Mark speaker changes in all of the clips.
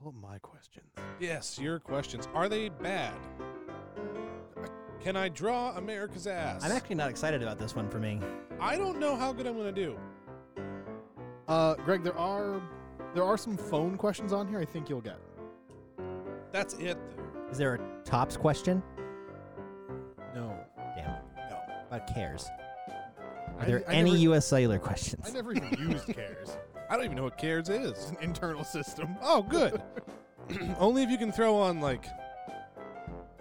Speaker 1: about my questions.
Speaker 2: Yes, your questions. Are they bad? Can I draw America's ass?
Speaker 3: I'm actually not excited about this one for me.
Speaker 2: I don't know how good I'm going to do.
Speaker 1: Uh, Greg, there are there are some phone questions on here. I think you'll get.
Speaker 2: That's it. Then.
Speaker 3: Is there a tops question?
Speaker 1: No,
Speaker 3: Damn,
Speaker 2: No.
Speaker 3: about cares.
Speaker 1: are
Speaker 3: Are there any
Speaker 1: never,
Speaker 3: U.S. cellular
Speaker 1: I
Speaker 3: questions?
Speaker 1: never even used cares.
Speaker 2: I don't even know what CARES is.
Speaker 1: It's an internal system.
Speaker 2: Oh, good. Only if you can throw on like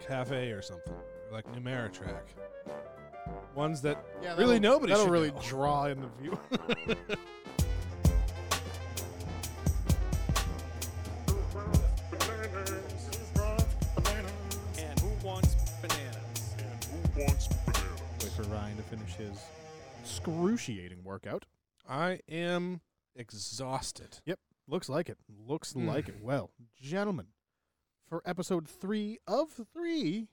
Speaker 2: cafe or something, or like Numeritrack. Ones that
Speaker 1: Yeah,
Speaker 2: really
Speaker 1: that'll-
Speaker 2: nobody
Speaker 1: That'll
Speaker 2: should
Speaker 1: really
Speaker 2: know.
Speaker 1: draw in the view.
Speaker 4: And who wants bananas? And who wants bananas?
Speaker 1: Wait for Ryan to finish his excruciating workout.
Speaker 2: I am exhausted.
Speaker 1: Yep, looks like it. Looks
Speaker 2: Hmm.
Speaker 1: like it. Well, gentlemen, for episode three of three,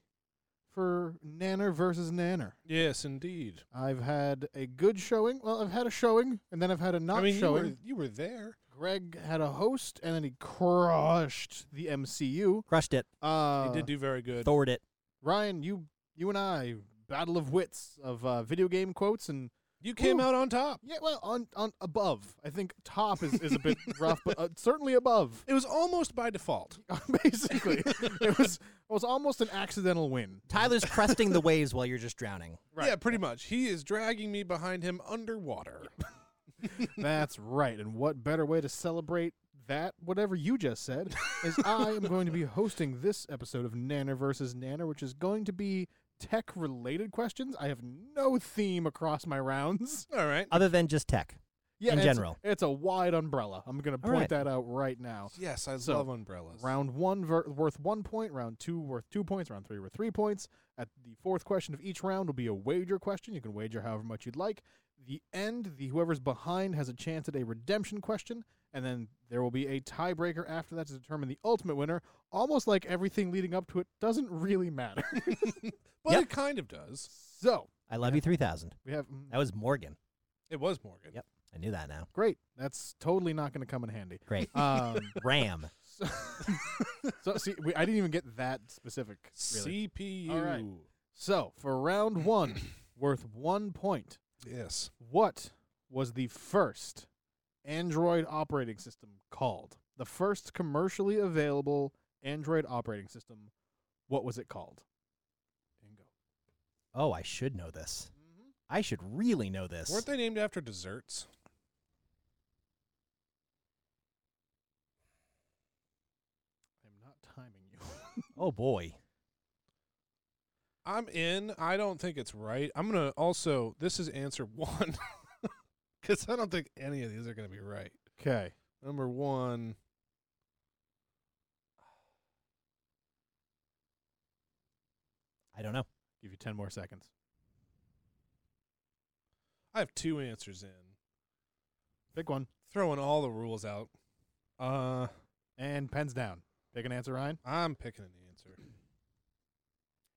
Speaker 1: for Nanner versus Nanner,
Speaker 2: Yes, indeed.
Speaker 1: I've had a good showing. Well, I've had a showing, and then I've had a not
Speaker 2: I mean, you
Speaker 1: showing.
Speaker 2: were, you were there.
Speaker 1: Greg had a host, and then he crushed the MCU.
Speaker 3: Crushed it.
Speaker 1: Uh,
Speaker 2: you did do very good.
Speaker 3: Forward it.
Speaker 1: Ryan, you you and I battle of wits of uh, video game quotes and
Speaker 2: You came
Speaker 1: Woo.
Speaker 2: out on top.
Speaker 1: yeah, well, on on above. I think top is, is a bit rough, but uh, certainly above.
Speaker 2: It was almost by default.
Speaker 1: Basically, it was it was almost an accidental win.
Speaker 3: Tyler's cresting the waves while you're just drowning.
Speaker 2: Yeah, pretty much. He is dragging me behind him underwater.
Speaker 1: That's right. And what better way to celebrate that, whatever you just said, is I am going to be hosting this episode of Nanner versus Nanner, which is going to be tech related questions. I have no theme across my rounds.
Speaker 2: All right.
Speaker 3: Other than just tech.
Speaker 1: Yeah,
Speaker 3: In
Speaker 1: it's-
Speaker 3: general.
Speaker 1: It's a wide umbrella. I'm going to
Speaker 3: All
Speaker 1: point
Speaker 3: right.
Speaker 1: that out right now.
Speaker 2: Yes, I
Speaker 1: Oh. So,
Speaker 2: love umbrellas.
Speaker 1: Round one ver- worth one point. Round two worth two points. Round three worth three points. At the fourth question of each round will be a wager question. You can wager however much you'd like. The end, the whoever's behind has a chance at a redemption question, and then there will be a tiebreaker after that to determine the ultimate winner. Almost like everything leading up to it doesn't really matter.
Speaker 2: But
Speaker 3: Yep.
Speaker 2: it kind of does.
Speaker 1: so
Speaker 3: I love you 3000.
Speaker 1: we have mm,
Speaker 3: That was Morgan.
Speaker 2: It was Morgan.
Speaker 3: Yep. I knew that now.
Speaker 1: great. That's totally not going to come in handy.
Speaker 3: Great.
Speaker 1: Um,
Speaker 3: Ram.
Speaker 1: so, so see, we, I didn't even get that specific. Really.
Speaker 2: CPU.
Speaker 1: All right. So for round one, worth one point,
Speaker 2: Yes.
Speaker 1: what was the first Android operating system called? The first commercially available Android operating system, what was it called? Bingo.
Speaker 3: Oh, I should know this. I should really know this.
Speaker 2: Mm-hmm. Weren't they named after desserts?
Speaker 1: I'm not timing you.
Speaker 3: Oh boy.
Speaker 2: I'm in. I don't think it's right. I'm going to also, this is answer one because I don't think any of these are going to be right.
Speaker 1: Okay.
Speaker 2: Number one.
Speaker 3: I don't know.
Speaker 1: Give you 10 more seconds.
Speaker 2: I have two answers in.
Speaker 1: Pick one.
Speaker 2: Throwing all the rules out. Uh,
Speaker 1: And pens down. Pick an answer, Ryan.
Speaker 2: I'm picking an answer.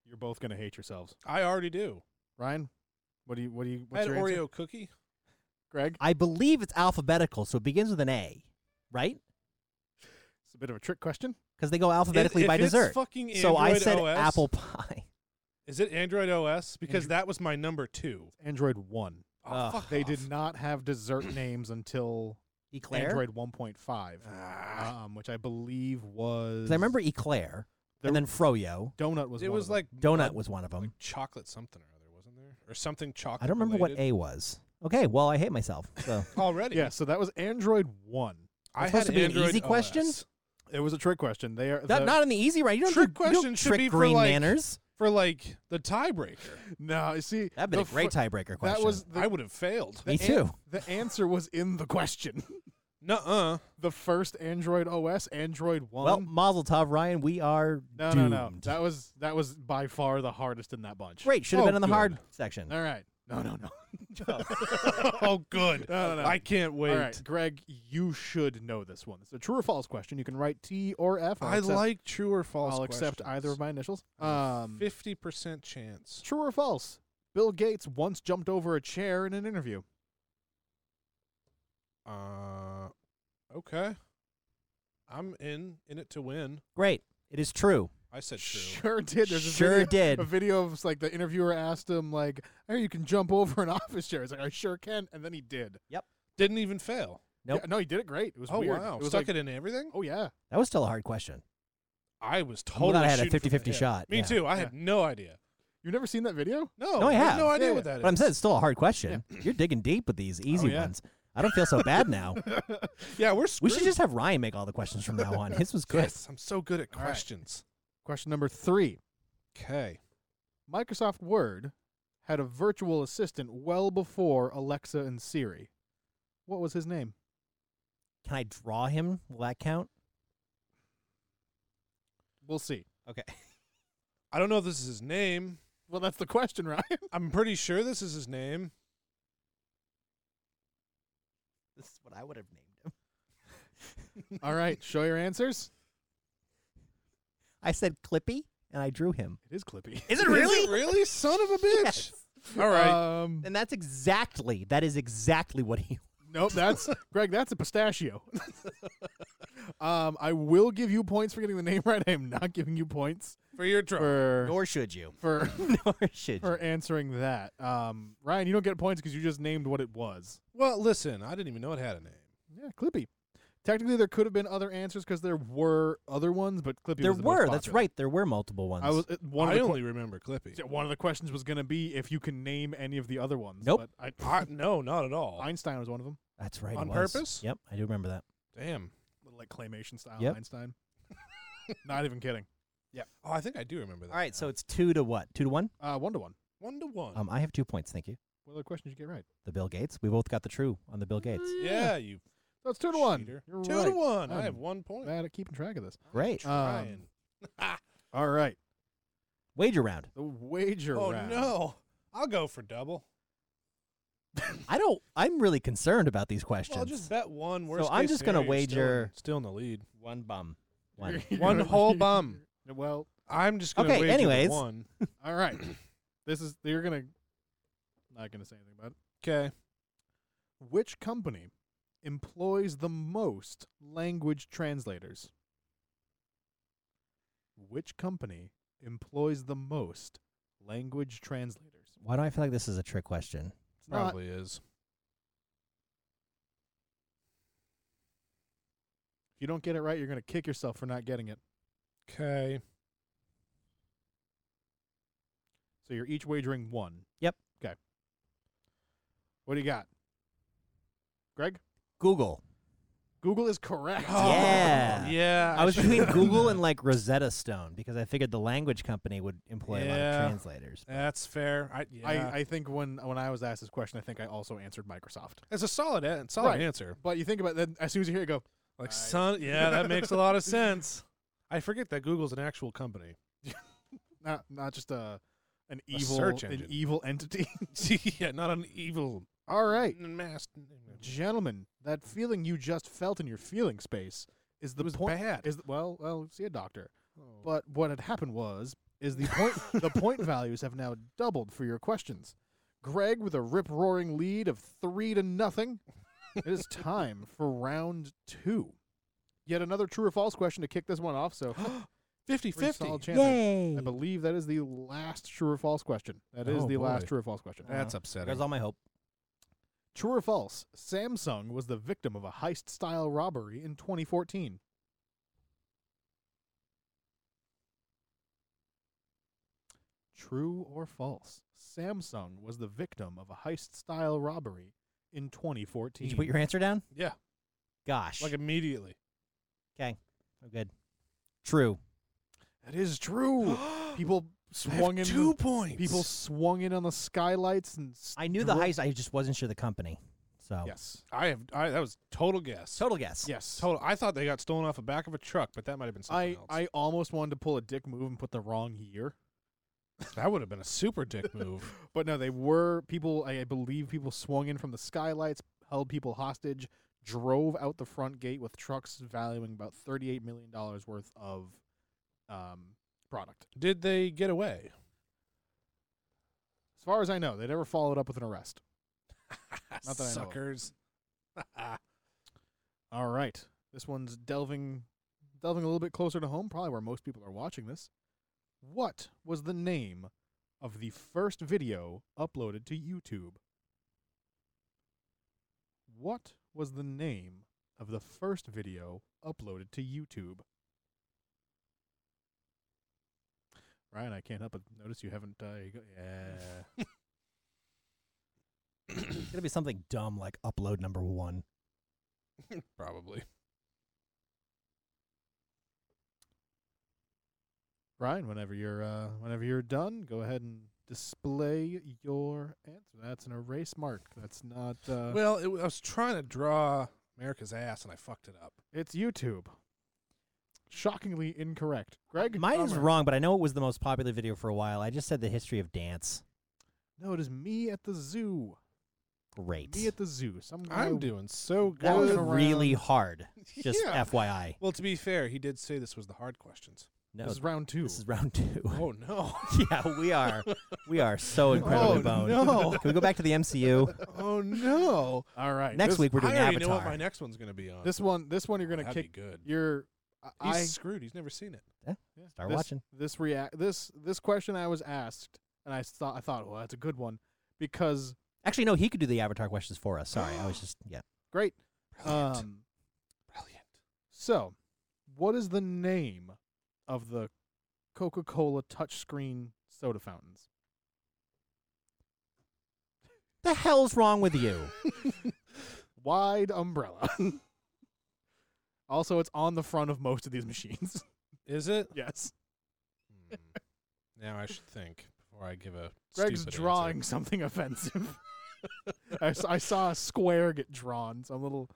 Speaker 1: You're both going to hate yourselves.
Speaker 2: I already do.
Speaker 1: Ryan, what do you, what do you,
Speaker 2: I
Speaker 1: what's
Speaker 2: had
Speaker 1: your
Speaker 2: Oreo
Speaker 1: answer?
Speaker 2: cookie.
Speaker 1: Greg?
Speaker 3: I believe it's alphabetical, so it begins with an A, right?
Speaker 1: It's a bit of a trick question.
Speaker 3: Because they go alphabetically
Speaker 2: If- if
Speaker 3: by
Speaker 2: it's
Speaker 3: dessert.
Speaker 2: fucking
Speaker 3: so I
Speaker 2: Android
Speaker 3: said
Speaker 2: OS,
Speaker 3: apple pie.
Speaker 2: Is it Android OS? Because
Speaker 1: Android-
Speaker 2: that was my number two.
Speaker 1: Android 1.
Speaker 2: Oh,
Speaker 3: Ugh.
Speaker 2: fuck
Speaker 1: They
Speaker 2: off.
Speaker 1: did not have dessert names until
Speaker 3: Eclair.
Speaker 1: Android 1.5,
Speaker 2: Ah.
Speaker 1: um, which I believe was.
Speaker 3: 'Cause I remember Eclair,
Speaker 1: There-
Speaker 3: and then Froyo.
Speaker 1: Donut was.
Speaker 2: it
Speaker 1: one
Speaker 2: was
Speaker 1: of them.
Speaker 2: like
Speaker 3: Donut was one of them.
Speaker 2: like chocolate something or other, wasn't there? Or something chocolate.
Speaker 3: I don't remember what A was. Okay, well I hate myself. So
Speaker 2: A already.
Speaker 1: yeah. So that was Android one.
Speaker 2: I
Speaker 3: supposed
Speaker 2: had
Speaker 3: to be an
Speaker 2: Android
Speaker 3: easy question?
Speaker 2: OS.
Speaker 1: It was a trick question. They are
Speaker 3: Not-
Speaker 1: the-
Speaker 3: not in the easy right. You don't
Speaker 2: Trick
Speaker 3: do, you
Speaker 2: question
Speaker 3: don't
Speaker 2: should
Speaker 3: trick
Speaker 2: be for,
Speaker 3: green
Speaker 2: like-
Speaker 3: manners.
Speaker 2: for like the tiebreaker.
Speaker 1: no. you See,
Speaker 3: That'd been
Speaker 1: the
Speaker 3: a great
Speaker 1: fir-
Speaker 3: tiebreaker question.
Speaker 1: That was the,
Speaker 2: I would have failed.
Speaker 3: Me
Speaker 1: the
Speaker 3: too.
Speaker 1: an- the answer was in the question.
Speaker 2: Nuh-uh.
Speaker 1: the first Android OS, Android one.
Speaker 3: well, Mazel Tov, Ryan. We are
Speaker 1: no,
Speaker 3: doomed.
Speaker 1: no, no. That was that was by far the hardest in that bunch.
Speaker 3: Great. Should have
Speaker 2: Oh,
Speaker 3: been in the
Speaker 2: good.
Speaker 3: hard section.
Speaker 1: All right. No, no, no.
Speaker 2: oh, good.
Speaker 1: No, no, no.
Speaker 2: I can't wait.
Speaker 1: All right, Greg, you should know this one. It's a true or false question. You can write T or F. I'll
Speaker 2: I
Speaker 1: accept-
Speaker 2: like true or false.
Speaker 1: I'll accept either of my initials. Um,
Speaker 2: Fifty percent chance.
Speaker 1: true or false? Bill Gates once jumped over a chair in an interview.
Speaker 2: Uh, okay. I'm in in it to win.
Speaker 3: Great. It is true.
Speaker 2: I said true.
Speaker 1: Sure did. There's a
Speaker 3: Sure
Speaker 1: video,
Speaker 3: did.
Speaker 1: A video of like the interviewer asked him like, "Hey, you can jump over an office chair." He's like, "I sure can," and then he did.
Speaker 2: Didn't even fail.
Speaker 3: Nope.
Speaker 1: Yeah, no, he did it great. It was
Speaker 2: oh
Speaker 1: weird.
Speaker 2: wow!
Speaker 1: It was
Speaker 2: Stuck
Speaker 1: like,
Speaker 2: it in everything.
Speaker 1: oh yeah.
Speaker 3: That was still a hard question.
Speaker 2: I was
Speaker 3: I'm glad
Speaker 2: totally.
Speaker 3: I had a
Speaker 2: shooting for the
Speaker 3: 50-50
Speaker 2: head.
Speaker 3: shot,
Speaker 2: Me
Speaker 3: yeah.
Speaker 2: too. I
Speaker 1: Yeah.
Speaker 2: had no idea.
Speaker 1: You've never seen that video?
Speaker 2: No,
Speaker 3: No, I
Speaker 2: had
Speaker 3: have.
Speaker 2: no idea
Speaker 1: Yeah,
Speaker 2: what
Speaker 1: yeah.
Speaker 2: that is.
Speaker 3: But I'm saying it's still a hard question. You're digging deep with these easy
Speaker 1: Oh, yeah.
Speaker 3: ones. I don't feel so bad now.
Speaker 2: yeah, we're
Speaker 3: we
Speaker 2: screwed.
Speaker 3: should just have Ryan make all the questions from now on. His was good.
Speaker 2: Yes, I'm so good at
Speaker 1: All right.
Speaker 2: questions.
Speaker 1: Question number three.
Speaker 2: Okay.
Speaker 1: Microsoft Word had a virtual assistant well before Alexa and Siri. What was his name?
Speaker 3: Can I draw him? Will that count?
Speaker 1: We'll see.
Speaker 3: Okay.
Speaker 2: I don't know if this is his name.
Speaker 1: Well, that's the question, Ryan.
Speaker 2: I'm pretty sure this is his name.
Speaker 3: This is what I would have named him.
Speaker 1: All right, show your answers.
Speaker 3: I said Clippy and I drew him.
Speaker 1: It is Clippy.
Speaker 2: Is
Speaker 3: Is
Speaker 2: it really? Son of a bitch. Uh,
Speaker 3: Yes.
Speaker 2: All right.
Speaker 1: Um,
Speaker 3: And that's exactly that is exactly what he
Speaker 1: nope, that's Greg. That's a pistachio. um, I will give you points for getting the name right. I am not giving you points
Speaker 2: for your trouble.
Speaker 1: for
Speaker 3: Nor should you.
Speaker 1: for
Speaker 3: Nor should
Speaker 1: for
Speaker 3: you.
Speaker 1: answering that. Um, Ryan, you don't get points because you just named what it was.
Speaker 2: Well, listen, I didn't even know it had a name.
Speaker 1: Yeah, Clippy. Technically, there could have been other answers because there were other ones, but Clippy.
Speaker 3: There
Speaker 1: was the most
Speaker 3: were, that's
Speaker 1: popular.
Speaker 3: right, there were multiple ones.
Speaker 1: I was uh, one of
Speaker 2: I
Speaker 1: the
Speaker 2: only remember Clippy.
Speaker 1: que- one of the questions was going to be if you can name any of the other ones.
Speaker 3: Nope.
Speaker 1: But I,
Speaker 2: I, no, not at all.
Speaker 1: Einstein was one of them.
Speaker 3: that's right. it
Speaker 2: on
Speaker 3: was.
Speaker 2: purpose?
Speaker 3: Yep, I do remember that.
Speaker 2: Damn.
Speaker 1: Little like claymation style
Speaker 3: Yep.
Speaker 1: Einstein. Not even kidding.
Speaker 2: Oh, I think I do remember that.
Speaker 3: All right, so it's two to what? Uh, Two to one?
Speaker 1: Uh, one to one.
Speaker 2: one to one.
Speaker 3: Um I have two points, thank you.
Speaker 1: What other questions did you get right?
Speaker 3: The Bill Gates. We both got the true on the Bill Gates.
Speaker 2: yeah, you
Speaker 1: That's two to one.
Speaker 2: cheater.
Speaker 1: You're
Speaker 2: two
Speaker 1: right.
Speaker 2: to one.
Speaker 1: I'm
Speaker 2: I have one point.
Speaker 1: Bad at keeping track of this.
Speaker 3: Great.
Speaker 1: Um,
Speaker 2: Ryan.
Speaker 1: all right.
Speaker 3: Wager round.
Speaker 1: The wager
Speaker 2: oh
Speaker 1: round.
Speaker 2: no, I'll go for double.
Speaker 3: I don't I'm really concerned about these questions.
Speaker 2: Well, I'll just bet one. Worst
Speaker 3: I'm
Speaker 2: case
Speaker 3: just gonna
Speaker 2: scenario, you're still in-
Speaker 3: wager-
Speaker 2: still in the lead.
Speaker 3: one bum.
Speaker 1: You're-
Speaker 3: One.
Speaker 1: you're
Speaker 2: One
Speaker 1: gonna-
Speaker 2: whole bum.
Speaker 1: Well,
Speaker 2: I'm just gonna
Speaker 3: Okay,
Speaker 2: wager the
Speaker 3: anyways.
Speaker 2: one.
Speaker 1: all right. This is you're gonna not gonna say anything about it.
Speaker 2: Okay,
Speaker 1: Which company employs the most language translators? Which company employs the most language translators?
Speaker 3: Why do I feel like this is a trick question?
Speaker 1: It's not
Speaker 2: probably is.
Speaker 1: if you don't get it right, you're going to kick yourself for not getting it.
Speaker 2: Okay.
Speaker 1: So you're each wagering one.
Speaker 3: Yep.
Speaker 1: Okay. What do you got? Greg?
Speaker 3: Google.
Speaker 1: Google is correct.
Speaker 3: Oh. Yeah.
Speaker 2: Oh. Yeah.
Speaker 3: I was
Speaker 2: should've
Speaker 3: between
Speaker 2: known
Speaker 3: Google
Speaker 2: that.
Speaker 3: and like Rosetta Stone because I figured the language company would employ a lot of
Speaker 2: Yeah.
Speaker 3: translators.
Speaker 2: That's fair. I, yeah.
Speaker 1: I, I think when when I was asked this question, I think I also answered Microsoft.
Speaker 2: it's a solid, an- solid
Speaker 1: Right.
Speaker 2: answer.
Speaker 1: But you think about that as soon as you hear it, go,
Speaker 2: Like
Speaker 1: I-
Speaker 2: son, yeah, that makes a lot of sense. I forget that Google's an actual company.
Speaker 1: not not just a an evil
Speaker 2: search
Speaker 1: an
Speaker 2: engine.
Speaker 1: evil entity.
Speaker 2: yeah, not an evil
Speaker 1: All right,
Speaker 2: mass.
Speaker 1: gentlemen, that feeling you just felt in your feeling space is the
Speaker 2: It was
Speaker 1: point.
Speaker 2: bad. Oh.
Speaker 1: Is well, well, see a doctor. But what had happened was is the point the point values have now doubled for your questions. Greg with a rip roaring lead of three to nothing. it is time for round two. Yet another true or false question to kick this one off. So
Speaker 2: 50
Speaker 1: pretty
Speaker 2: 50.
Speaker 1: solid chance. I-
Speaker 3: Yay!
Speaker 1: I believe that is the last true or false question. That is
Speaker 2: Oh,
Speaker 1: the
Speaker 2: boy.
Speaker 1: last true or false question.
Speaker 2: That's
Speaker 3: There's
Speaker 2: upsetting.
Speaker 3: all my hope.
Speaker 1: True or false? Samsung was the victim of a heist-style robbery in 2014. True or false? Samsung was the victim of a heist-style robbery in 2014.
Speaker 3: Did you put your answer down?
Speaker 2: Yeah,
Speaker 3: Gosh.
Speaker 2: like immediately.
Speaker 3: Okay. I'm good. True.
Speaker 1: that is true. people
Speaker 2: I have
Speaker 1: swung in.
Speaker 2: two points.
Speaker 1: people swung in on the skylights and. s-
Speaker 3: I knew the
Speaker 1: dro-
Speaker 3: heist. I just wasn't sure the company. So
Speaker 1: Yes.
Speaker 2: I have. I, that was total guess.
Speaker 3: total guess.
Speaker 1: Yes.
Speaker 2: Total. I thought they got stolen off the back of a truck, but that might have been
Speaker 1: I,
Speaker 2: something else.
Speaker 1: I almost wanted to pull a dick move and put the wrong year.
Speaker 2: that would have been a super dick move.
Speaker 1: But no, they were people. I I believe people swung in from the skylights, held people hostage, drove out the front gate with trucks valuing about thirty-eight million dollars worth of um, product.
Speaker 2: Did they get away?
Speaker 1: As far as I know, they never followed up with an arrest. Not that I know of.
Speaker 2: Suckers.
Speaker 1: All right, this one's delving delving a little bit closer to home, probably where most people are watching this, what was the name of the first video uploaded to YouTube? What was the name of the first video uploaded to YouTube? Ryan, I can't help but notice you haven't. Uh, you go- yeah.
Speaker 3: It's gonna be something dumb like upload number one.
Speaker 2: Probably.
Speaker 1: Ryan, whenever you're uh, whenever you're done, go ahead and display your answer. That's an erase mark. That's not. Uh,
Speaker 2: Well, it, w- I was trying to draw America's ass and I fucked it up.
Speaker 1: it's YouTube. Shockingly incorrect. Greg,
Speaker 3: Mine is
Speaker 1: Dahmer.
Speaker 3: wrong, but I know it was the most popular video for a while. I just said the history of dance.
Speaker 1: No, it is me at the zoo.
Speaker 3: Great.
Speaker 1: Me at the zoo. Some guy
Speaker 2: I'm doing so good.
Speaker 3: that was
Speaker 1: Good
Speaker 3: really hard. Just
Speaker 2: Yeah.
Speaker 3: FYI.
Speaker 2: Well, to be fair, he did say this was the hard questions.
Speaker 3: No,
Speaker 1: this is round two.
Speaker 3: this is round two.
Speaker 2: Oh no!
Speaker 3: yeah, we are we are so incredibly
Speaker 1: Oh,
Speaker 3: boned.
Speaker 1: no.
Speaker 3: Can we go back to the MCU?
Speaker 2: oh no!
Speaker 1: All right.
Speaker 3: Next
Speaker 1: this,
Speaker 3: week we're
Speaker 2: I
Speaker 3: doing
Speaker 2: already
Speaker 3: Avatar.
Speaker 2: know what my next one's gonna be on.
Speaker 1: This one. This one you're gonna
Speaker 2: That'd
Speaker 1: kick.
Speaker 2: be good.
Speaker 1: You're.
Speaker 2: He's
Speaker 1: I
Speaker 2: screwed. He's never seen it.
Speaker 1: Yeah.
Speaker 3: Start
Speaker 1: this,
Speaker 3: watching.
Speaker 1: This react this this question I was asked, and I thought I thought, well, that's a good one because
Speaker 3: Actually, no, he could do the Avatar questions for us. Sorry, I was just yeah.
Speaker 1: great.
Speaker 2: Brilliant.
Speaker 1: Um,
Speaker 2: Brilliant.
Speaker 1: so, what is the name of the Coca-Cola touchscreen soda fountains?
Speaker 3: The hell's wrong with you?
Speaker 1: Wide umbrella. also, it's on the front of most of these machines.
Speaker 2: Is it?
Speaker 1: yes,
Speaker 2: Hmm. now I should think before I give a.
Speaker 1: Greg's
Speaker 2: stupid answer.
Speaker 1: drawing something offensive. I, s- I saw a square get drawn. So I'm a little.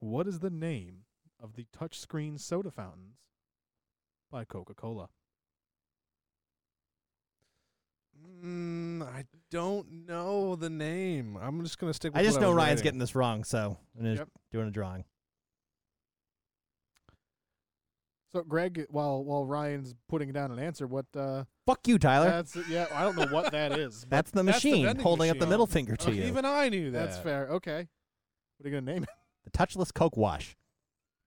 Speaker 1: What is the name of the touchscreen soda fountains by Coca-Cola?
Speaker 2: Mm, I don't know the name. I'm just gonna stick. with
Speaker 3: I just
Speaker 2: what
Speaker 3: know
Speaker 2: was
Speaker 3: Ryan's
Speaker 2: writing.
Speaker 3: getting this wrong, so I'm just
Speaker 1: Yep.
Speaker 3: doing a drawing.
Speaker 1: So, Greg, while while Ryan's putting down an answer, what uh,
Speaker 3: Fuck you, Tyler.
Speaker 1: that's yeah, I don't know what that is. but
Speaker 3: that's the
Speaker 2: that's the
Speaker 3: machine
Speaker 2: vending
Speaker 3: holding up the
Speaker 2: machine.
Speaker 3: middle finger
Speaker 2: Oh,
Speaker 3: to you.
Speaker 2: Even I knew that.
Speaker 1: that's fair. Okay, what are you gonna name it?
Speaker 3: the touchless Coke wash.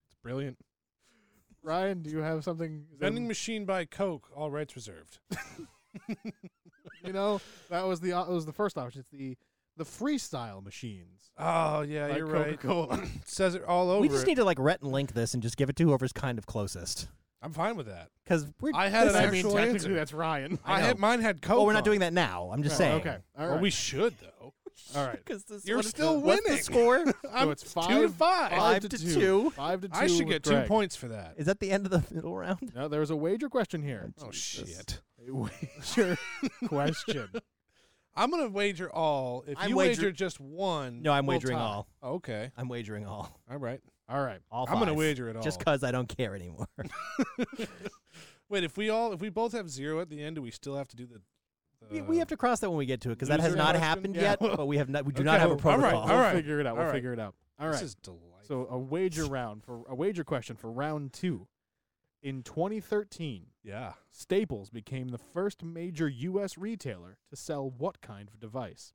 Speaker 2: It's brilliant.
Speaker 1: Ryan, do you have something? is there-
Speaker 2: Vending machine by Coke. All rights reserved.
Speaker 1: you know, that was the uh, was the first option. It's the the freestyle machines.
Speaker 2: Oh yeah,
Speaker 1: by
Speaker 2: you're right.
Speaker 1: Coca-Cola.
Speaker 2: It says it all over.
Speaker 3: We just
Speaker 2: it.
Speaker 3: need to like ret and link this and just give it to whoever's kind of closest.
Speaker 2: I'm fine with that.
Speaker 3: Because we're
Speaker 2: I had
Speaker 1: And
Speaker 2: an
Speaker 1: I mean,
Speaker 2: actual
Speaker 1: technically,
Speaker 2: answer.
Speaker 1: that's Ryan.
Speaker 2: I,
Speaker 3: know.
Speaker 2: had mine had Coke.
Speaker 3: Oh, we're not
Speaker 2: on
Speaker 3: doing
Speaker 2: it.
Speaker 3: that now. I'm just
Speaker 1: Right,
Speaker 3: saying.
Speaker 1: Okay, all right.
Speaker 2: Well, we should though. All right.
Speaker 3: Because this
Speaker 2: You're
Speaker 3: what is
Speaker 2: still
Speaker 3: the, What's the
Speaker 2: winning.
Speaker 3: score?
Speaker 2: I'm
Speaker 1: it's
Speaker 2: two to
Speaker 1: five-
Speaker 2: five.
Speaker 3: five to two.
Speaker 1: Five to two.
Speaker 2: I should
Speaker 1: with
Speaker 2: get
Speaker 1: Greg.
Speaker 2: two points for that.
Speaker 3: is that the end of the middle round?
Speaker 1: No, there's a wager question here.
Speaker 2: Oh
Speaker 3: Jesus.
Speaker 1: A
Speaker 2: shit!
Speaker 1: wager question.
Speaker 2: I'm gonna wager all. If
Speaker 3: I'm
Speaker 2: you
Speaker 3: wager-
Speaker 2: wager just one,
Speaker 3: No, I'm
Speaker 2: we'll
Speaker 3: wagering
Speaker 2: tie.
Speaker 3: all.
Speaker 2: Okay,
Speaker 3: I'm wagering all.
Speaker 2: all right.
Speaker 1: All right.
Speaker 3: All
Speaker 2: I'm gonna
Speaker 3: five.
Speaker 2: wager it all.
Speaker 3: Just because I don't care anymore.
Speaker 2: Wait, if we all, if we both have zero at the end, do we still have to do the?
Speaker 3: we,
Speaker 2: the-
Speaker 3: we have to cross that when we get to it because that has
Speaker 2: Loser
Speaker 3: not
Speaker 2: question?
Speaker 3: happened
Speaker 2: Yeah.
Speaker 3: yet. But we have not. We do
Speaker 2: Okay,
Speaker 3: not have a
Speaker 2: well, all right,
Speaker 3: protocol.
Speaker 2: all
Speaker 1: we'll
Speaker 2: right,
Speaker 1: figure it out. We'll
Speaker 2: all right.
Speaker 1: figure it out. All right.
Speaker 2: This is delightful.
Speaker 1: So a wager round for a wager question for round two. In 2013,
Speaker 2: yeah,
Speaker 1: Staples became the first major U.S. retailer to sell what kind of device?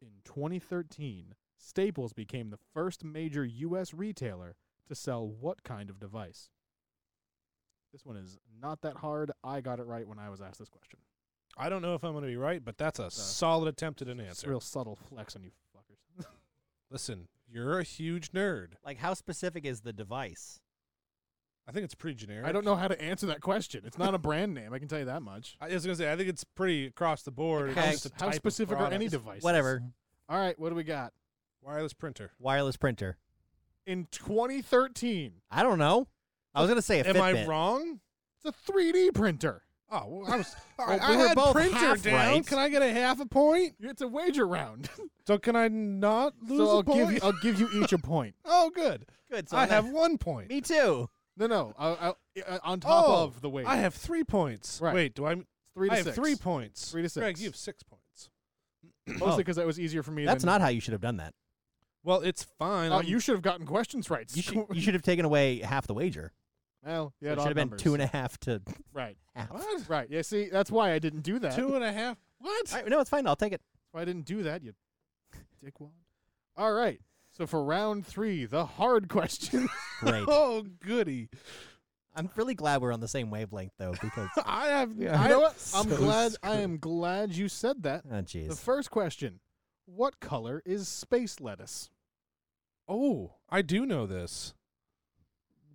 Speaker 1: In 2013, Staples became the first major U.S. retailer to sell what kind of device? This one is not that hard. I got it right when I was asked this question.
Speaker 2: I don't know if I'm gonna be right, but that's a solid attempt at an
Speaker 1: It's
Speaker 2: answer.
Speaker 1: a real subtle flex on you fuckers.
Speaker 2: Listen, you're a huge nerd.
Speaker 3: Like, how specific is the device?
Speaker 2: I think it's pretty generic.
Speaker 1: I don't know how to answer that question. It's not a brand name. I can tell you that much.
Speaker 2: I was gonna say I think it's pretty across the board.
Speaker 3: Okay.
Speaker 2: It's just a
Speaker 1: How
Speaker 2: type of
Speaker 1: specific are any
Speaker 2: product.
Speaker 1: devices?
Speaker 3: Whatever.
Speaker 1: All right, what do we got?
Speaker 2: Wireless printer.
Speaker 3: Wireless printer.
Speaker 1: In 2013,
Speaker 3: I don't know. I was gonna say a
Speaker 2: Am I
Speaker 3: Fitbit.
Speaker 2: wrong?
Speaker 1: it's a 3D printer.
Speaker 2: Oh, well, I was. I,
Speaker 3: Well,
Speaker 2: I
Speaker 3: we were
Speaker 2: had
Speaker 3: both
Speaker 2: printer
Speaker 3: half
Speaker 2: down.
Speaker 3: right.
Speaker 2: Can I get a half a point?
Speaker 1: It's a wager round.
Speaker 2: So can I not lose
Speaker 1: so
Speaker 2: a
Speaker 1: I'll
Speaker 2: point?
Speaker 1: give you I'll give you each a point.
Speaker 2: oh, good.
Speaker 3: Good. So
Speaker 2: I
Speaker 3: I'm gonna-
Speaker 2: have one point.
Speaker 3: Me too.
Speaker 1: No, no. I, I, I- on top
Speaker 2: Oh,
Speaker 1: of the wager,
Speaker 2: I have three points.
Speaker 1: Right.
Speaker 2: Wait, do I?
Speaker 1: It's three to
Speaker 2: I have
Speaker 1: six.
Speaker 2: three points.
Speaker 1: Three to
Speaker 2: Greg,
Speaker 1: six.
Speaker 2: you have six points.
Speaker 1: mostly because that was easier for me.
Speaker 3: Oh, That's
Speaker 1: than,
Speaker 3: not how you should have done that.
Speaker 2: Well, it's fine.
Speaker 1: Oh,
Speaker 2: I'm-
Speaker 1: you should have gotten questions right.
Speaker 3: You should, you should have taken away half the wager.
Speaker 1: well, yeah,
Speaker 3: It should have been two and a half to
Speaker 1: Right,
Speaker 3: half.
Speaker 2: what?
Speaker 1: right. Yeah, see, that's why I didn't do that.
Speaker 2: Two and a half. What?
Speaker 3: All right, no, it's fine. I'll take it.
Speaker 1: That's why I didn't do that. You dickwad. All right. So for round three, the hard question.
Speaker 3: Great.
Speaker 2: Oh, goody.
Speaker 3: I'm really glad we're on the same wavelength though, because oh,
Speaker 2: I have.
Speaker 1: you
Speaker 2: I,
Speaker 1: know what? I'm
Speaker 3: So
Speaker 1: glad. I
Speaker 3: screwed.
Speaker 1: am glad you said that.
Speaker 3: oh
Speaker 1: The
Speaker 3: jeez.
Speaker 1: first question: What color is space lettuce?
Speaker 2: Oh, I do know this.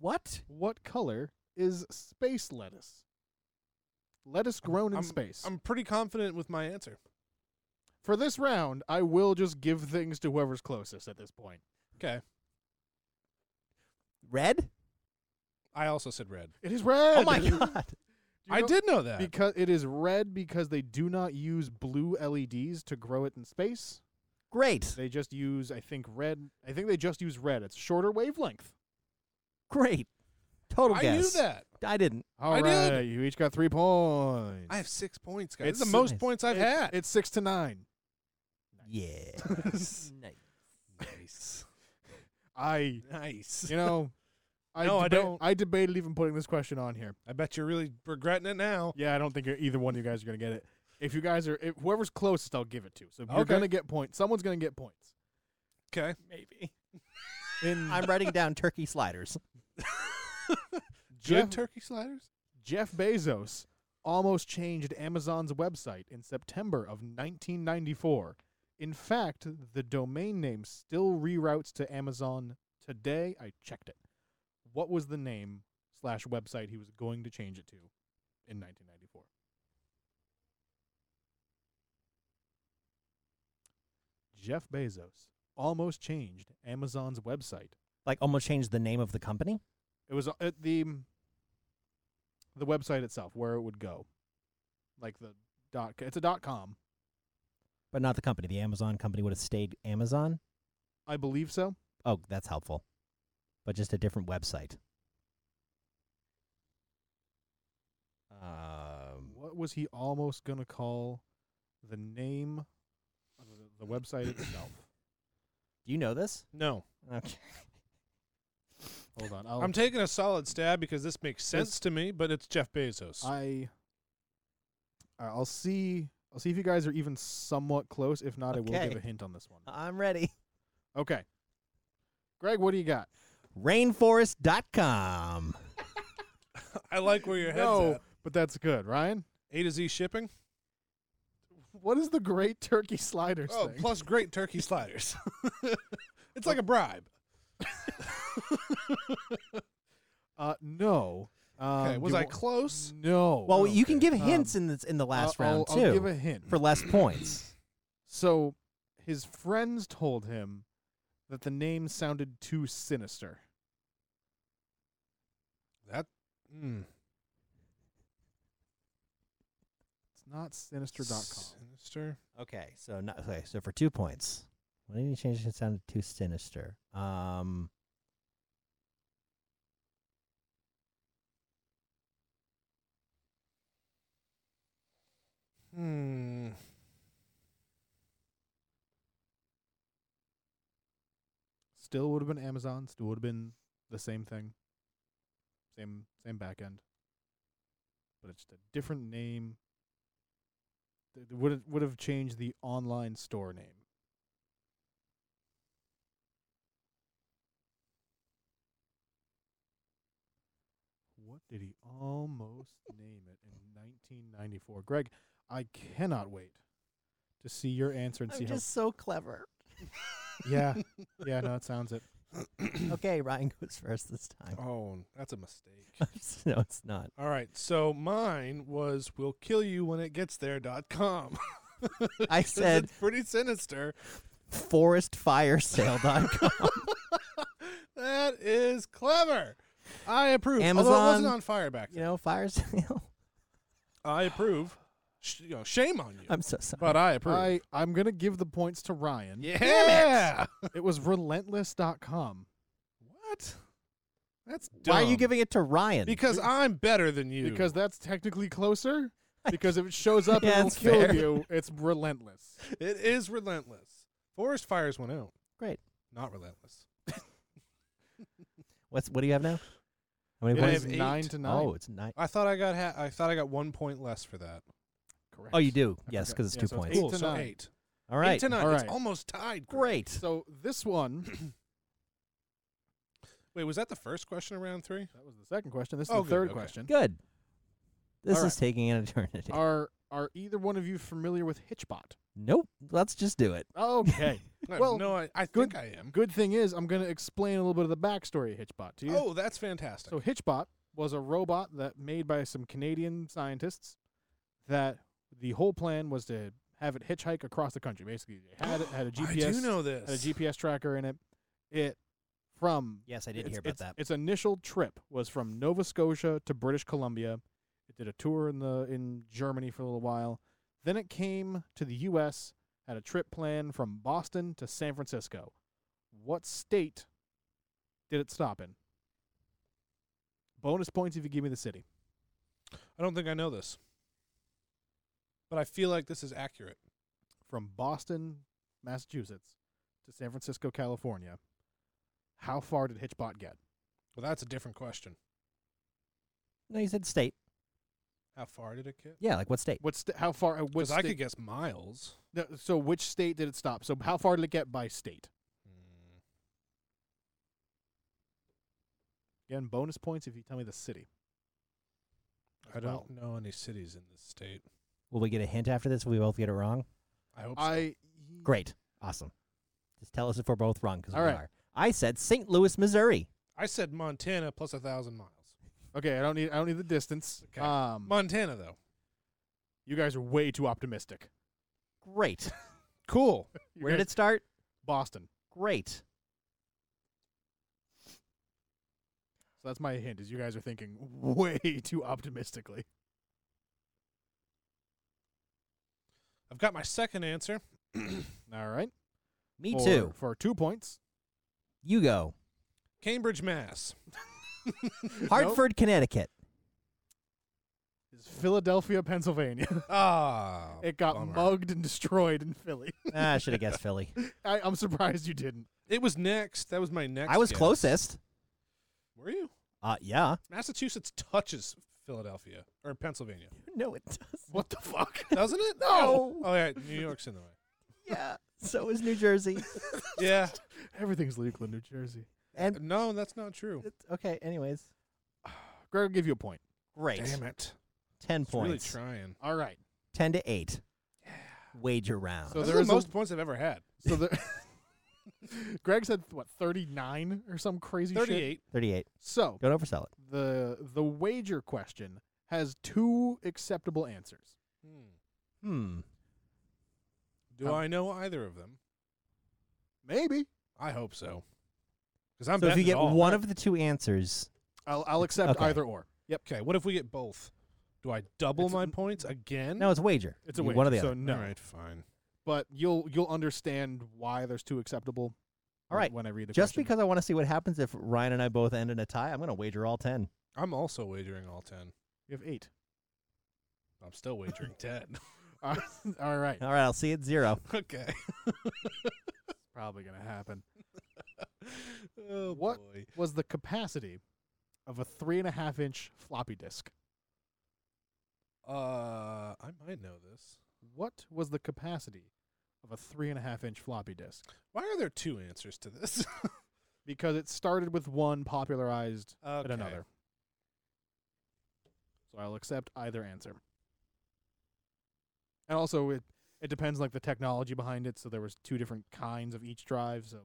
Speaker 3: What?
Speaker 1: What color is space lettuce? Lettuce grown in
Speaker 2: I'm-
Speaker 1: space.
Speaker 2: I'm pretty confident with my answer.
Speaker 1: For this round, I will just give things to whoever's closest at this point.
Speaker 2: Okay.
Speaker 3: Red?
Speaker 2: I also said red.
Speaker 1: It is red.
Speaker 3: Oh my
Speaker 1: Do you
Speaker 3: god.
Speaker 2: I
Speaker 1: know-
Speaker 2: did know that.
Speaker 1: because it is red because they do not use blue LEDs to grow it in space.
Speaker 3: Great.
Speaker 1: They just use, I think, red. I think they just use red. It's shorter wavelength.
Speaker 3: Great. Total
Speaker 2: I
Speaker 3: guess.
Speaker 2: knew that.
Speaker 3: I didn't.
Speaker 1: All right,
Speaker 2: I did.
Speaker 1: you each got three points.
Speaker 2: I have six points, guys.
Speaker 1: It's
Speaker 2: It's the
Speaker 1: so
Speaker 2: most
Speaker 3: nice.
Speaker 2: points I've
Speaker 1: It-
Speaker 2: had.
Speaker 1: It's six to nine.
Speaker 3: Yeah.
Speaker 2: Nice.
Speaker 3: nice.
Speaker 1: I,
Speaker 2: nice.
Speaker 1: you know, I
Speaker 2: No, I
Speaker 1: deba-
Speaker 2: don't.
Speaker 1: I debated even putting this question on here.
Speaker 2: I bet you're really regretting it now.
Speaker 1: Yeah, I don't think either one of you guys are gonna get it. If you guys are, if whoever's closest, I'll give it to. So if you're
Speaker 2: Okay.
Speaker 1: gonna get points. Someone's gonna get points.
Speaker 2: Okay.
Speaker 3: Maybe.
Speaker 1: In
Speaker 3: I'm writing down turkey sliders.
Speaker 1: Jeff,
Speaker 2: Good turkey sliders?
Speaker 1: Jeff Bezos almost changed Amazon's website in September of 1994. In fact, the domain name still reroutes to Amazon today. I checked it. What was the name slash website he was going to change it to in 1994? Jeff Bezos almost changed Amazon's website.
Speaker 3: Like almost changed the name of the company.
Speaker 1: It was at the mm, the website itself where it would go, like the dot. It's a dot com,
Speaker 3: But not the company. The Amazon company would have stayed Amazon.
Speaker 1: I believe so.
Speaker 3: Oh, that's helpful. But just a different website. Um,
Speaker 1: What was he almost gonna call the name of the, the website itself?
Speaker 3: do you know this?
Speaker 2: No.
Speaker 3: Okay.
Speaker 1: Hold on, I'll,
Speaker 2: I'm taking a solid stab because this makes sense
Speaker 1: This-
Speaker 2: to me, but it's Jeff Bezos.
Speaker 1: I alright, I'll see. I'll see if you guys are even somewhat close. If not, I will give
Speaker 3: Okay.
Speaker 1: a hint on this one.
Speaker 3: I'm ready.
Speaker 1: Okay, Greg, what do you got?
Speaker 3: Rainforest.com.
Speaker 2: I like where your head's
Speaker 1: no,
Speaker 2: at.
Speaker 1: but that's good, Ryan.
Speaker 2: A to Z shipping.
Speaker 1: What is the Great Turkey Sliders
Speaker 2: Oh,
Speaker 1: thing?
Speaker 2: plus great turkey sliders. it's like a bribe.
Speaker 1: Uh, no. Um,
Speaker 2: Okay,
Speaker 1: do
Speaker 2: was
Speaker 1: you
Speaker 2: I
Speaker 1: wa-
Speaker 2: close?
Speaker 1: No.
Speaker 3: Well, you can give
Speaker 1: Um,
Speaker 3: hints in this in the last
Speaker 1: I'll-
Speaker 3: round
Speaker 1: I'll,
Speaker 3: too
Speaker 1: I'll give a hint.
Speaker 3: for less points.
Speaker 1: so, his friends told him that the name sounded too sinister.
Speaker 2: That. Mm.
Speaker 1: It's not sinister.com.
Speaker 2: Sinister.
Speaker 3: Okay, so not okay, so for two points. Why did you change it sounded too sinister? Um
Speaker 2: Hmm.
Speaker 1: Still would have been Amazon. Still would have been the same thing. Same same back end. But it's just a different name. It would have, would have changed the online store name. What did he almost name it in 1994? Greg, I cannot wait to see your answer and see how.
Speaker 3: so clever.
Speaker 1: Yeah, yeah, no, it sounds it.
Speaker 3: okay, Ryan goes first this time.
Speaker 2: Oh, that's a mistake.
Speaker 3: no, it's not.
Speaker 2: All right, so mine was "We'll kill you when it gets there." dot com.
Speaker 3: I
Speaker 2: 'Cause
Speaker 3: said
Speaker 2: it's pretty sinister.
Speaker 3: forestfiresale.com.
Speaker 2: That is clever. I approve. Although it
Speaker 3: Amazon,
Speaker 2: wasn't on fire back
Speaker 3: you
Speaker 2: then.
Speaker 3: know, fire sale.
Speaker 2: I approve. Sh- you know, shame on you.
Speaker 3: I'm so sorry.
Speaker 2: but I approve.
Speaker 1: I, I'm going to give the points to Ryan.
Speaker 2: yeah.
Speaker 1: It was relentless.com.
Speaker 2: What? That's dumb.
Speaker 3: Why are you giving it to Ryan?
Speaker 2: Because I'm better than you.
Speaker 1: Because that's technically closer. Because if it shows up,
Speaker 3: Yeah,
Speaker 1: it'll
Speaker 3: it's
Speaker 1: kill
Speaker 3: fair.
Speaker 1: you. It's relentless.
Speaker 2: it is relentless. Forest fires went out.
Speaker 3: Great.
Speaker 2: Not relentless.
Speaker 3: What's what do you have now? How many
Speaker 1: It
Speaker 2: I
Speaker 1: is
Speaker 3: points?
Speaker 2: have eight?
Speaker 1: nine to nine.
Speaker 3: Oh, it's nine.
Speaker 2: I thought I got ha- I thought I got one point less for that.
Speaker 1: correct.
Speaker 3: Oh, you do.
Speaker 1: I
Speaker 3: yes,
Speaker 1: forgot.
Speaker 3: because it's
Speaker 1: Yeah,
Speaker 3: two
Speaker 1: so it's
Speaker 3: points.
Speaker 1: eight
Speaker 2: Cool,
Speaker 1: to
Speaker 2: so
Speaker 1: nine.
Speaker 2: eight.
Speaker 3: All
Speaker 2: Eight
Speaker 3: right.
Speaker 2: to nine.
Speaker 1: All
Speaker 2: It's
Speaker 1: right.
Speaker 2: almost tied. Greg.
Speaker 3: Great.
Speaker 1: So this one
Speaker 2: Wait, was that the first question of round three?
Speaker 1: That was the second question. This is
Speaker 2: Oh,
Speaker 1: the
Speaker 2: good,
Speaker 1: third
Speaker 2: okay.
Speaker 1: question.
Speaker 3: Good. This
Speaker 1: All
Speaker 3: is taking an eternity.
Speaker 1: Are are either one of you familiar with Hitchbot?
Speaker 3: nope. Let's just do it.
Speaker 1: Okay.
Speaker 2: I-
Speaker 1: Well,
Speaker 2: no, I, I
Speaker 1: good-
Speaker 2: think I am.
Speaker 1: Good thing is, I'm going to explain a little bit of the backstory of Hitchbot to you.
Speaker 2: Oh, that's fantastic.
Speaker 1: So Hitchbot was a robot that made by some Canadian scientists. That the whole plan was to have it hitchhike across the country. Basically, it had it had a GPS,
Speaker 2: I do know
Speaker 1: had a
Speaker 2: this.
Speaker 1: GPS tracker in it. It from
Speaker 3: Yes, I
Speaker 1: its, its, Its initial trip was from Nova Scotia to British Columbia. It did a tour in the in Germany for a little while. Then it came to the U.S. Had a trip planned from Boston to San Francisco. What state did it stop in? Bonus points if you give me the city.
Speaker 2: I don't think I know this, but I feel like this is accurate.
Speaker 1: From Boston, Massachusetts, to San Francisco, California. How far did Hitchbot get?
Speaker 2: Well, that's a different question.
Speaker 3: No, you said state.
Speaker 2: How far did it get?
Speaker 3: Yeah, like what state?
Speaker 1: What's how far? uh, What
Speaker 2: Because I
Speaker 1: sta-
Speaker 2: could guess miles.
Speaker 1: No, so which state did it stop? So how far did it get by state? Again, bonus points if you tell me the city.
Speaker 2: I
Speaker 1: as
Speaker 2: don't
Speaker 1: well.
Speaker 2: know any cities in this state.
Speaker 3: Will we get a hint after this? if We both get it wrong.
Speaker 2: I hope. so.
Speaker 1: I
Speaker 3: Great. Awesome. Just tell us if we're both wrong because we
Speaker 1: All right.
Speaker 3: are. I said St. Louis, Missouri.
Speaker 2: I said Montana plus a thousand miles.
Speaker 1: okay. I don't need. I don't need the distance.
Speaker 2: Okay.
Speaker 1: Um,
Speaker 2: Montana though.
Speaker 1: you guys are way too optimistic.
Speaker 3: Great.
Speaker 2: Cool.
Speaker 1: You
Speaker 3: Where did
Speaker 1: guys-
Speaker 3: it start?
Speaker 1: Boston?
Speaker 3: Great.
Speaker 1: So that's my hint. Is you guys are thinking way too optimistically.
Speaker 2: I've got my second answer.
Speaker 1: All right.
Speaker 3: Me
Speaker 1: for-
Speaker 3: too.
Speaker 1: For two points.
Speaker 3: You go.
Speaker 2: Cambridge, Mass.
Speaker 3: Hartford, Connecticut.
Speaker 1: Is Philadelphia, Pennsylvania?
Speaker 2: Ah,
Speaker 1: it got
Speaker 2: bummer.
Speaker 1: mugged and destroyed in Philly.
Speaker 3: ah, I should have guessed Philly.
Speaker 1: I, I'm surprised you didn't.
Speaker 2: It was next. That was my next.
Speaker 3: I was
Speaker 2: guess.
Speaker 3: closest.
Speaker 2: Were you?
Speaker 3: Uh, yeah.
Speaker 2: Massachusetts touches Philalia or Pennsylvania,
Speaker 3: No, it does.
Speaker 1: What the fuck?
Speaker 2: doesn't it?
Speaker 1: No.
Speaker 2: Oh yeah, New York's in the way.
Speaker 3: Yeah. So is New Jersey.
Speaker 2: Yeah.
Speaker 1: Everything's legal in New Jersey.
Speaker 3: and
Speaker 2: No, that's not true.
Speaker 3: it's- okay. Anyways,
Speaker 1: Greg will give you a point.
Speaker 3: great.
Speaker 2: Damn it.
Speaker 3: Ten
Speaker 2: It's really
Speaker 3: points.
Speaker 2: trying.
Speaker 1: All right.
Speaker 3: Ten to eight. Wager round.
Speaker 1: So
Speaker 2: So
Speaker 1: there
Speaker 2: the
Speaker 1: is a-
Speaker 2: most points I've ever had.
Speaker 1: So the Greg said what 39 or some crazy shit.
Speaker 2: Thirty-eight.
Speaker 3: Thirty-eight.
Speaker 1: So
Speaker 3: Don't oversell it.
Speaker 1: the the wager question has two acceptable answers.
Speaker 2: Hmm.
Speaker 3: Hmm.
Speaker 2: Do
Speaker 1: Um,
Speaker 2: I know either of them?
Speaker 1: Maybe
Speaker 2: I hope so. Because I'm
Speaker 3: So if you
Speaker 2: betting it
Speaker 3: get
Speaker 2: all.
Speaker 3: one of the two answers,
Speaker 1: I'll I'll accept
Speaker 3: Okay.
Speaker 1: either or. Yep,
Speaker 2: Okay, what if we get both? Do I double
Speaker 1: It's-
Speaker 2: my points again?
Speaker 3: no, Mm. it's wager.
Speaker 1: it's a
Speaker 3: You
Speaker 1: wager.
Speaker 3: One of the
Speaker 1: so
Speaker 3: other.
Speaker 1: no,
Speaker 2: All right, fine.
Speaker 1: but you'll you'll understand why there's two acceptable.
Speaker 3: All
Speaker 1: when-
Speaker 3: right.
Speaker 1: when I read the
Speaker 3: Just
Speaker 1: question.
Speaker 3: because I want to see what happens if Ryan and I both end in a tie, I'm going to wager all ten.
Speaker 2: I'm also wagering all 10.
Speaker 1: you have eight.
Speaker 2: I'm still wagering 10.
Speaker 1: Uh, all right,
Speaker 3: All right. I'll see you at zero.
Speaker 2: okay.
Speaker 1: probably gonna happen.
Speaker 2: Oh,
Speaker 1: What?
Speaker 2: boy.
Speaker 1: Was the capacity of a three and a half inch floppy disk?
Speaker 2: Uh, I might know this.
Speaker 1: What was the capacity of a three and a half inch floppy disk?
Speaker 2: Why are there two answers to this?
Speaker 1: Because it started with one popularized
Speaker 2: okay.
Speaker 1: at another. So I'll accept either answer. And also, it it depends like the technology behind it. So there was two different kinds of each drive. So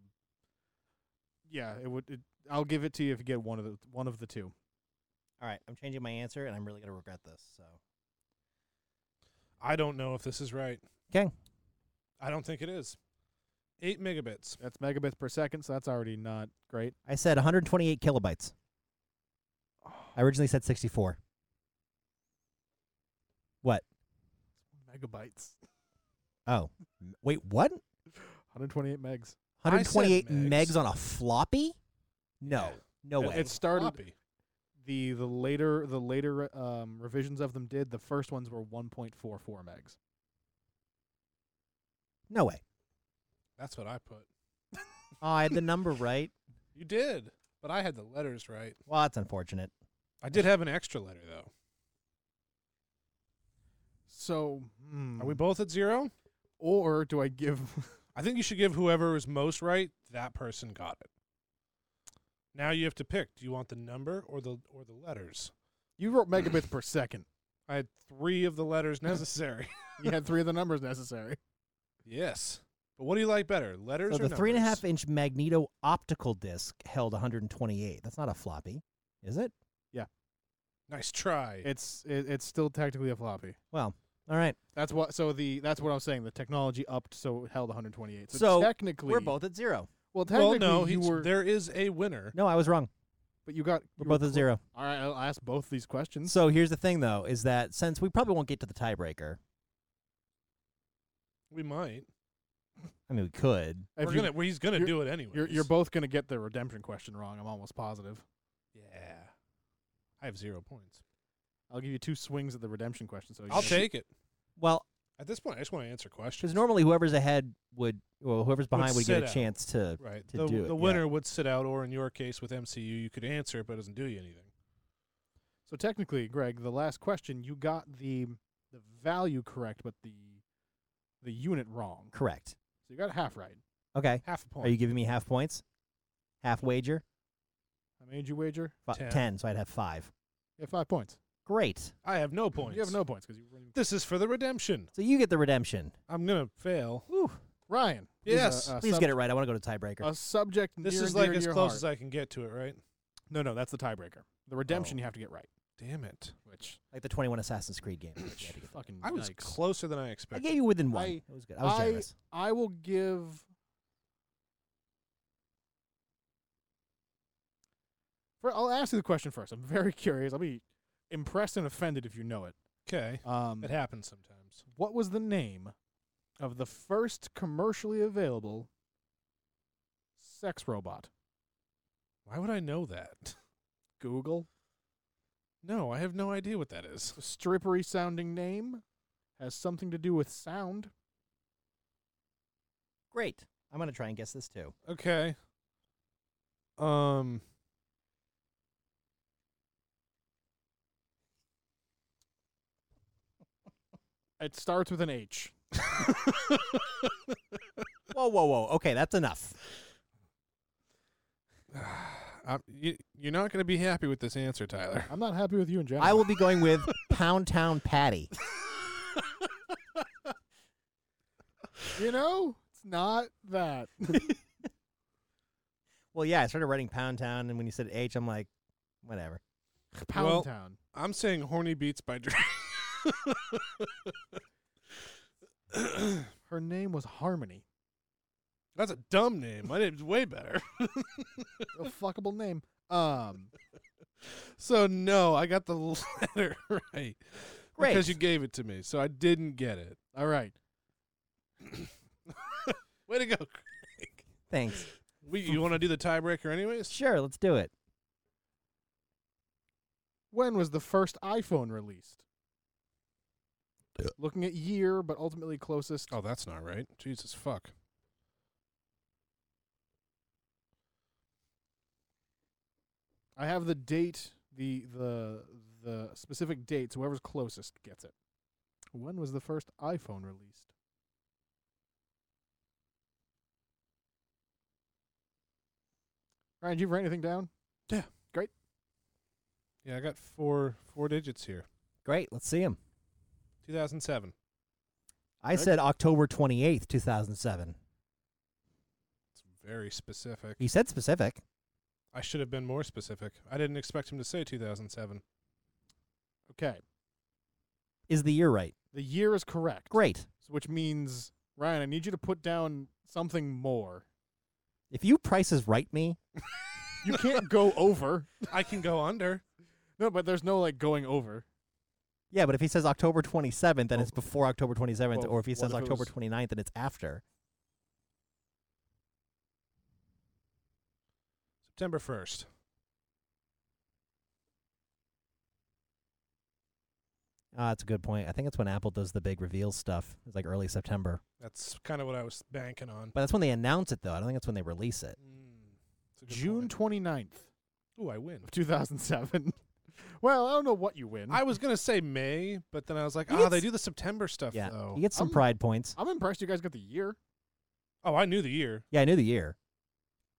Speaker 1: yeah, it would. It, I'll give it to you if you get one of the one of the two.
Speaker 3: All right. I'm changing my answer, and I'm really going to regret this. So
Speaker 2: I don't know if this is right.
Speaker 3: 'Kay.
Speaker 2: I don't think it is. 8 megabits.
Speaker 1: That's megabits per second. So that's already not great.
Speaker 3: I said 128 kilobytes. I originally said 64.
Speaker 1: Megabytes.
Speaker 3: Oh, M- wait, what?
Speaker 1: 128 megs.
Speaker 2: I said
Speaker 3: 128 megs.
Speaker 2: megs.
Speaker 3: on a floppy? No,
Speaker 2: Yeah.
Speaker 3: no
Speaker 1: It-
Speaker 3: way.
Speaker 1: It started
Speaker 2: Floppy.
Speaker 1: the the later the later um, revisions of them did. The first ones were 1.44 megs.
Speaker 3: no way.
Speaker 2: That's what I put.
Speaker 3: Oh, I had the number right.
Speaker 2: You did, but I had the letters right.
Speaker 3: Well, that's unfortunate.
Speaker 2: I did have an extra letter though.
Speaker 1: So hmm,
Speaker 2: Are we both at zero?
Speaker 1: or do I give?
Speaker 2: I think you should give whoever was most right. That person got it. Now you have to pick. Do you want the number or the or the letters?
Speaker 1: You wrote megabits per second.
Speaker 2: I had three of the letters necessary.
Speaker 1: You had three of the numbers necessary.
Speaker 2: yes. But what do you like better, letters
Speaker 3: So
Speaker 2: or
Speaker 3: the three and a
Speaker 2: numbers?
Speaker 3: half inch magneto optical disc held 128. That's not a floppy, is it?
Speaker 2: Nice try.
Speaker 1: It's it, it's still technically a floppy.
Speaker 3: Well, all right.
Speaker 1: That's what. So the that's what I'm saying. The technology upped, so it held 128. So,
Speaker 3: So,
Speaker 1: technically,
Speaker 3: We're both at zero.
Speaker 1: Well,
Speaker 2: well,
Speaker 1: technically,
Speaker 2: no,
Speaker 1: you
Speaker 2: he's-
Speaker 1: were,
Speaker 2: there is a winner.
Speaker 3: No, I was wrong.
Speaker 1: but you got
Speaker 3: We're
Speaker 1: you
Speaker 3: both
Speaker 1: were clo-
Speaker 3: at zero.
Speaker 1: All right, I'll ask both these questions.
Speaker 3: So here's the thing, though, is that since we probably won't get to the tiebreaker,
Speaker 2: We might.
Speaker 3: I mean, we could.
Speaker 1: If
Speaker 2: We're
Speaker 1: you-
Speaker 2: gonna. well, he's gonna
Speaker 1: you're-
Speaker 2: do it anyway.
Speaker 1: you're you're both gonna get the redemption question wrong. I'm almost positive.
Speaker 2: Yeah. I have zero points.
Speaker 1: I'll give you two swings at the redemption question. So you
Speaker 2: I'll
Speaker 1: know-
Speaker 2: take it.
Speaker 3: Well,
Speaker 2: At this point, I just want to answer questions.
Speaker 3: because normally whoever's ahead would, well, whoever's behind would,
Speaker 2: sit
Speaker 3: get a
Speaker 2: out.
Speaker 3: chance to.
Speaker 2: right.
Speaker 3: to
Speaker 2: the
Speaker 3: do it,
Speaker 2: the
Speaker 3: yeah.
Speaker 2: winner would sit out, or in your case with MCU, you could answer it, but it doesn't do you anything.
Speaker 1: So technically, Greg, the last question you got the the value correct, but the the unit wrong.
Speaker 3: Correct.
Speaker 1: So you got half right.
Speaker 3: Okay.
Speaker 2: Half a point.
Speaker 3: Are you giving me half points? Half wager?
Speaker 1: How many did you wager?
Speaker 3: Fi
Speaker 2: Ten.
Speaker 3: Ten. So I'd have five.
Speaker 1: You have five points.
Speaker 3: Great.
Speaker 2: I have no points.
Speaker 1: You have no points because you weren't even-
Speaker 2: This is for the redemption.
Speaker 3: So you get the redemption.
Speaker 2: I'm gonna fail.
Speaker 1: Ryan. is
Speaker 2: Yes.
Speaker 1: a, a
Speaker 3: Please
Speaker 1: sub-
Speaker 3: get it right. I want to go to tiebreaker.
Speaker 1: A subject.
Speaker 2: This
Speaker 1: near
Speaker 2: is
Speaker 1: and dear
Speaker 2: like
Speaker 1: to
Speaker 2: as
Speaker 1: your
Speaker 2: close
Speaker 1: heart.
Speaker 2: as I can get to it, right?
Speaker 1: No, no, that's the tiebreaker. The redemption you have to get right,
Speaker 2: Damn it!
Speaker 1: which
Speaker 3: like the 21 Assassin's Creed game. You had to get that.
Speaker 1: fucking.
Speaker 2: I was
Speaker 1: yikes.
Speaker 2: closer than I
Speaker 3: I
Speaker 2: expected.
Speaker 3: gave you within one.
Speaker 1: I-
Speaker 3: it was good. I was
Speaker 1: I-
Speaker 3: generous.
Speaker 1: I will give. For, I'll ask you the question first. I'm very curious. I'll be impressed and offended if you know it.
Speaker 2: Okay,
Speaker 1: Um,
Speaker 2: it happens sometimes.
Speaker 1: what was the name of the first commercially available sex robot?
Speaker 2: Why would I know that?
Speaker 1: Google.
Speaker 2: No, I have no idea what that is.
Speaker 1: It's a strippery sounding name. Has something to do with sound.
Speaker 3: Great. I'm going to try and guess this too.
Speaker 2: Okay. Um.
Speaker 1: It starts with an H.
Speaker 3: whoa, whoa, whoa. Okay, that's enough.
Speaker 2: I'm, you, you're not going to be happy with this answer, Tyler.
Speaker 1: I'm not happy with you in general.
Speaker 3: I will be going with Pound Town Patty.
Speaker 1: You know, it's not that.
Speaker 3: Well, yeah, I started writing Pound Town, and when you said H, I'm like, whatever.
Speaker 1: Pound
Speaker 2: Well,
Speaker 1: Town.
Speaker 2: I'm saying horny beats by Dre.
Speaker 1: Her name was Harmony.
Speaker 2: That's a dumb name. My name's way better.
Speaker 1: A fuckable name. Um,
Speaker 2: So no, I got the letter right
Speaker 3: Great.
Speaker 2: because you gave it to me. So I didn't get it.
Speaker 1: all right.
Speaker 2: Way to go!
Speaker 3: Thanks.
Speaker 2: We, you want to do the tiebreaker anyways?
Speaker 3: Sure, let's do it.
Speaker 1: When was the first iPhone released? Looking at year, but ultimately closest.
Speaker 2: Uh, Oh, that's not right. Jesus fuck.
Speaker 1: I have the date, the the the specific date. So whoever's closest gets it. When was the first iPhone released? Ryan, did you write anything down?
Speaker 2: Yeah, I got four four digits here.
Speaker 3: Great. Let's see him.
Speaker 2: 2007.
Speaker 3: I
Speaker 1: Good.
Speaker 3: said October 28th, 2007.
Speaker 2: It's very specific.
Speaker 3: He said specific.
Speaker 2: I should have been more specific. I didn't expect him to say 2007.
Speaker 1: Okay,
Speaker 3: Is the year right?
Speaker 1: the year is correct.
Speaker 3: Great.
Speaker 1: So which means Ryan, I need you to put down something more.
Speaker 3: If you prices right me,
Speaker 1: You can't go over.
Speaker 2: I can go under.
Speaker 1: No, but there's no like going over.
Speaker 3: yeah, but if he says October 27th, then
Speaker 1: Well-
Speaker 3: it's before October 27th,
Speaker 1: well,
Speaker 3: or if he
Speaker 1: what
Speaker 3: says
Speaker 1: if it
Speaker 3: October
Speaker 1: was-
Speaker 3: twenty ninth, then it's after.
Speaker 2: September 1st.
Speaker 3: Ah, that's a good point. I think that's when Apple does the big reveal stuff. It's like early September.
Speaker 2: That's kind of what I was banking on.
Speaker 3: But that's when they announce it, though. I don't think that's when they release it.
Speaker 2: Mm, it's a good
Speaker 1: June
Speaker 2: point.
Speaker 1: twenty ninth
Speaker 2: Ooh, I win.
Speaker 1: of 2007. well, I don't know what you win.
Speaker 2: I was gonna say May, but then I was like,
Speaker 3: You
Speaker 2: ah,
Speaker 3: get
Speaker 2: they
Speaker 3: s-
Speaker 2: do the September stuff
Speaker 3: yeah,
Speaker 2: though.
Speaker 3: you get some
Speaker 1: I'm-
Speaker 3: pride points.
Speaker 1: I'm impressed you guys got the year.
Speaker 2: Oh, I knew the year.
Speaker 3: Yeah, I knew the year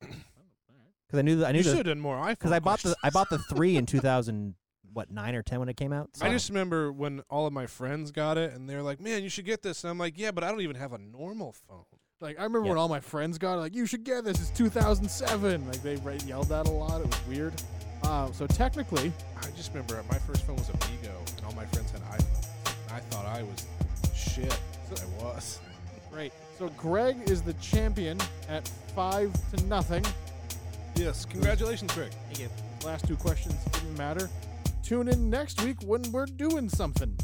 Speaker 1: All right.
Speaker 3: because because I knew the, I knew
Speaker 2: You should
Speaker 3: the,
Speaker 2: have done more iPhone.
Speaker 3: because I bought the
Speaker 2: questions.
Speaker 3: I bought the three in two thousand what nine or ten when it came out.
Speaker 2: I just remember when all of my friends got it, and they're like, "Man, you should get this," and I'm like, "Yeah, but I don't even have a normal phone."
Speaker 1: Like I remember
Speaker 3: Yeah.
Speaker 1: when all my friends got it, like you should get this. It's 2007. Like they ra- yelled that a lot. It was weird. Uh, so technically,
Speaker 2: I just remember my first phone was a Bigo, and all my friends had iPhones. And I thought I was shit. and I was.
Speaker 1: great. So Greg is the champion at five to nothing.
Speaker 2: Yes, congratulations, Greg.
Speaker 1: Last two questions didn't matter. Tune in next week when we're doing something.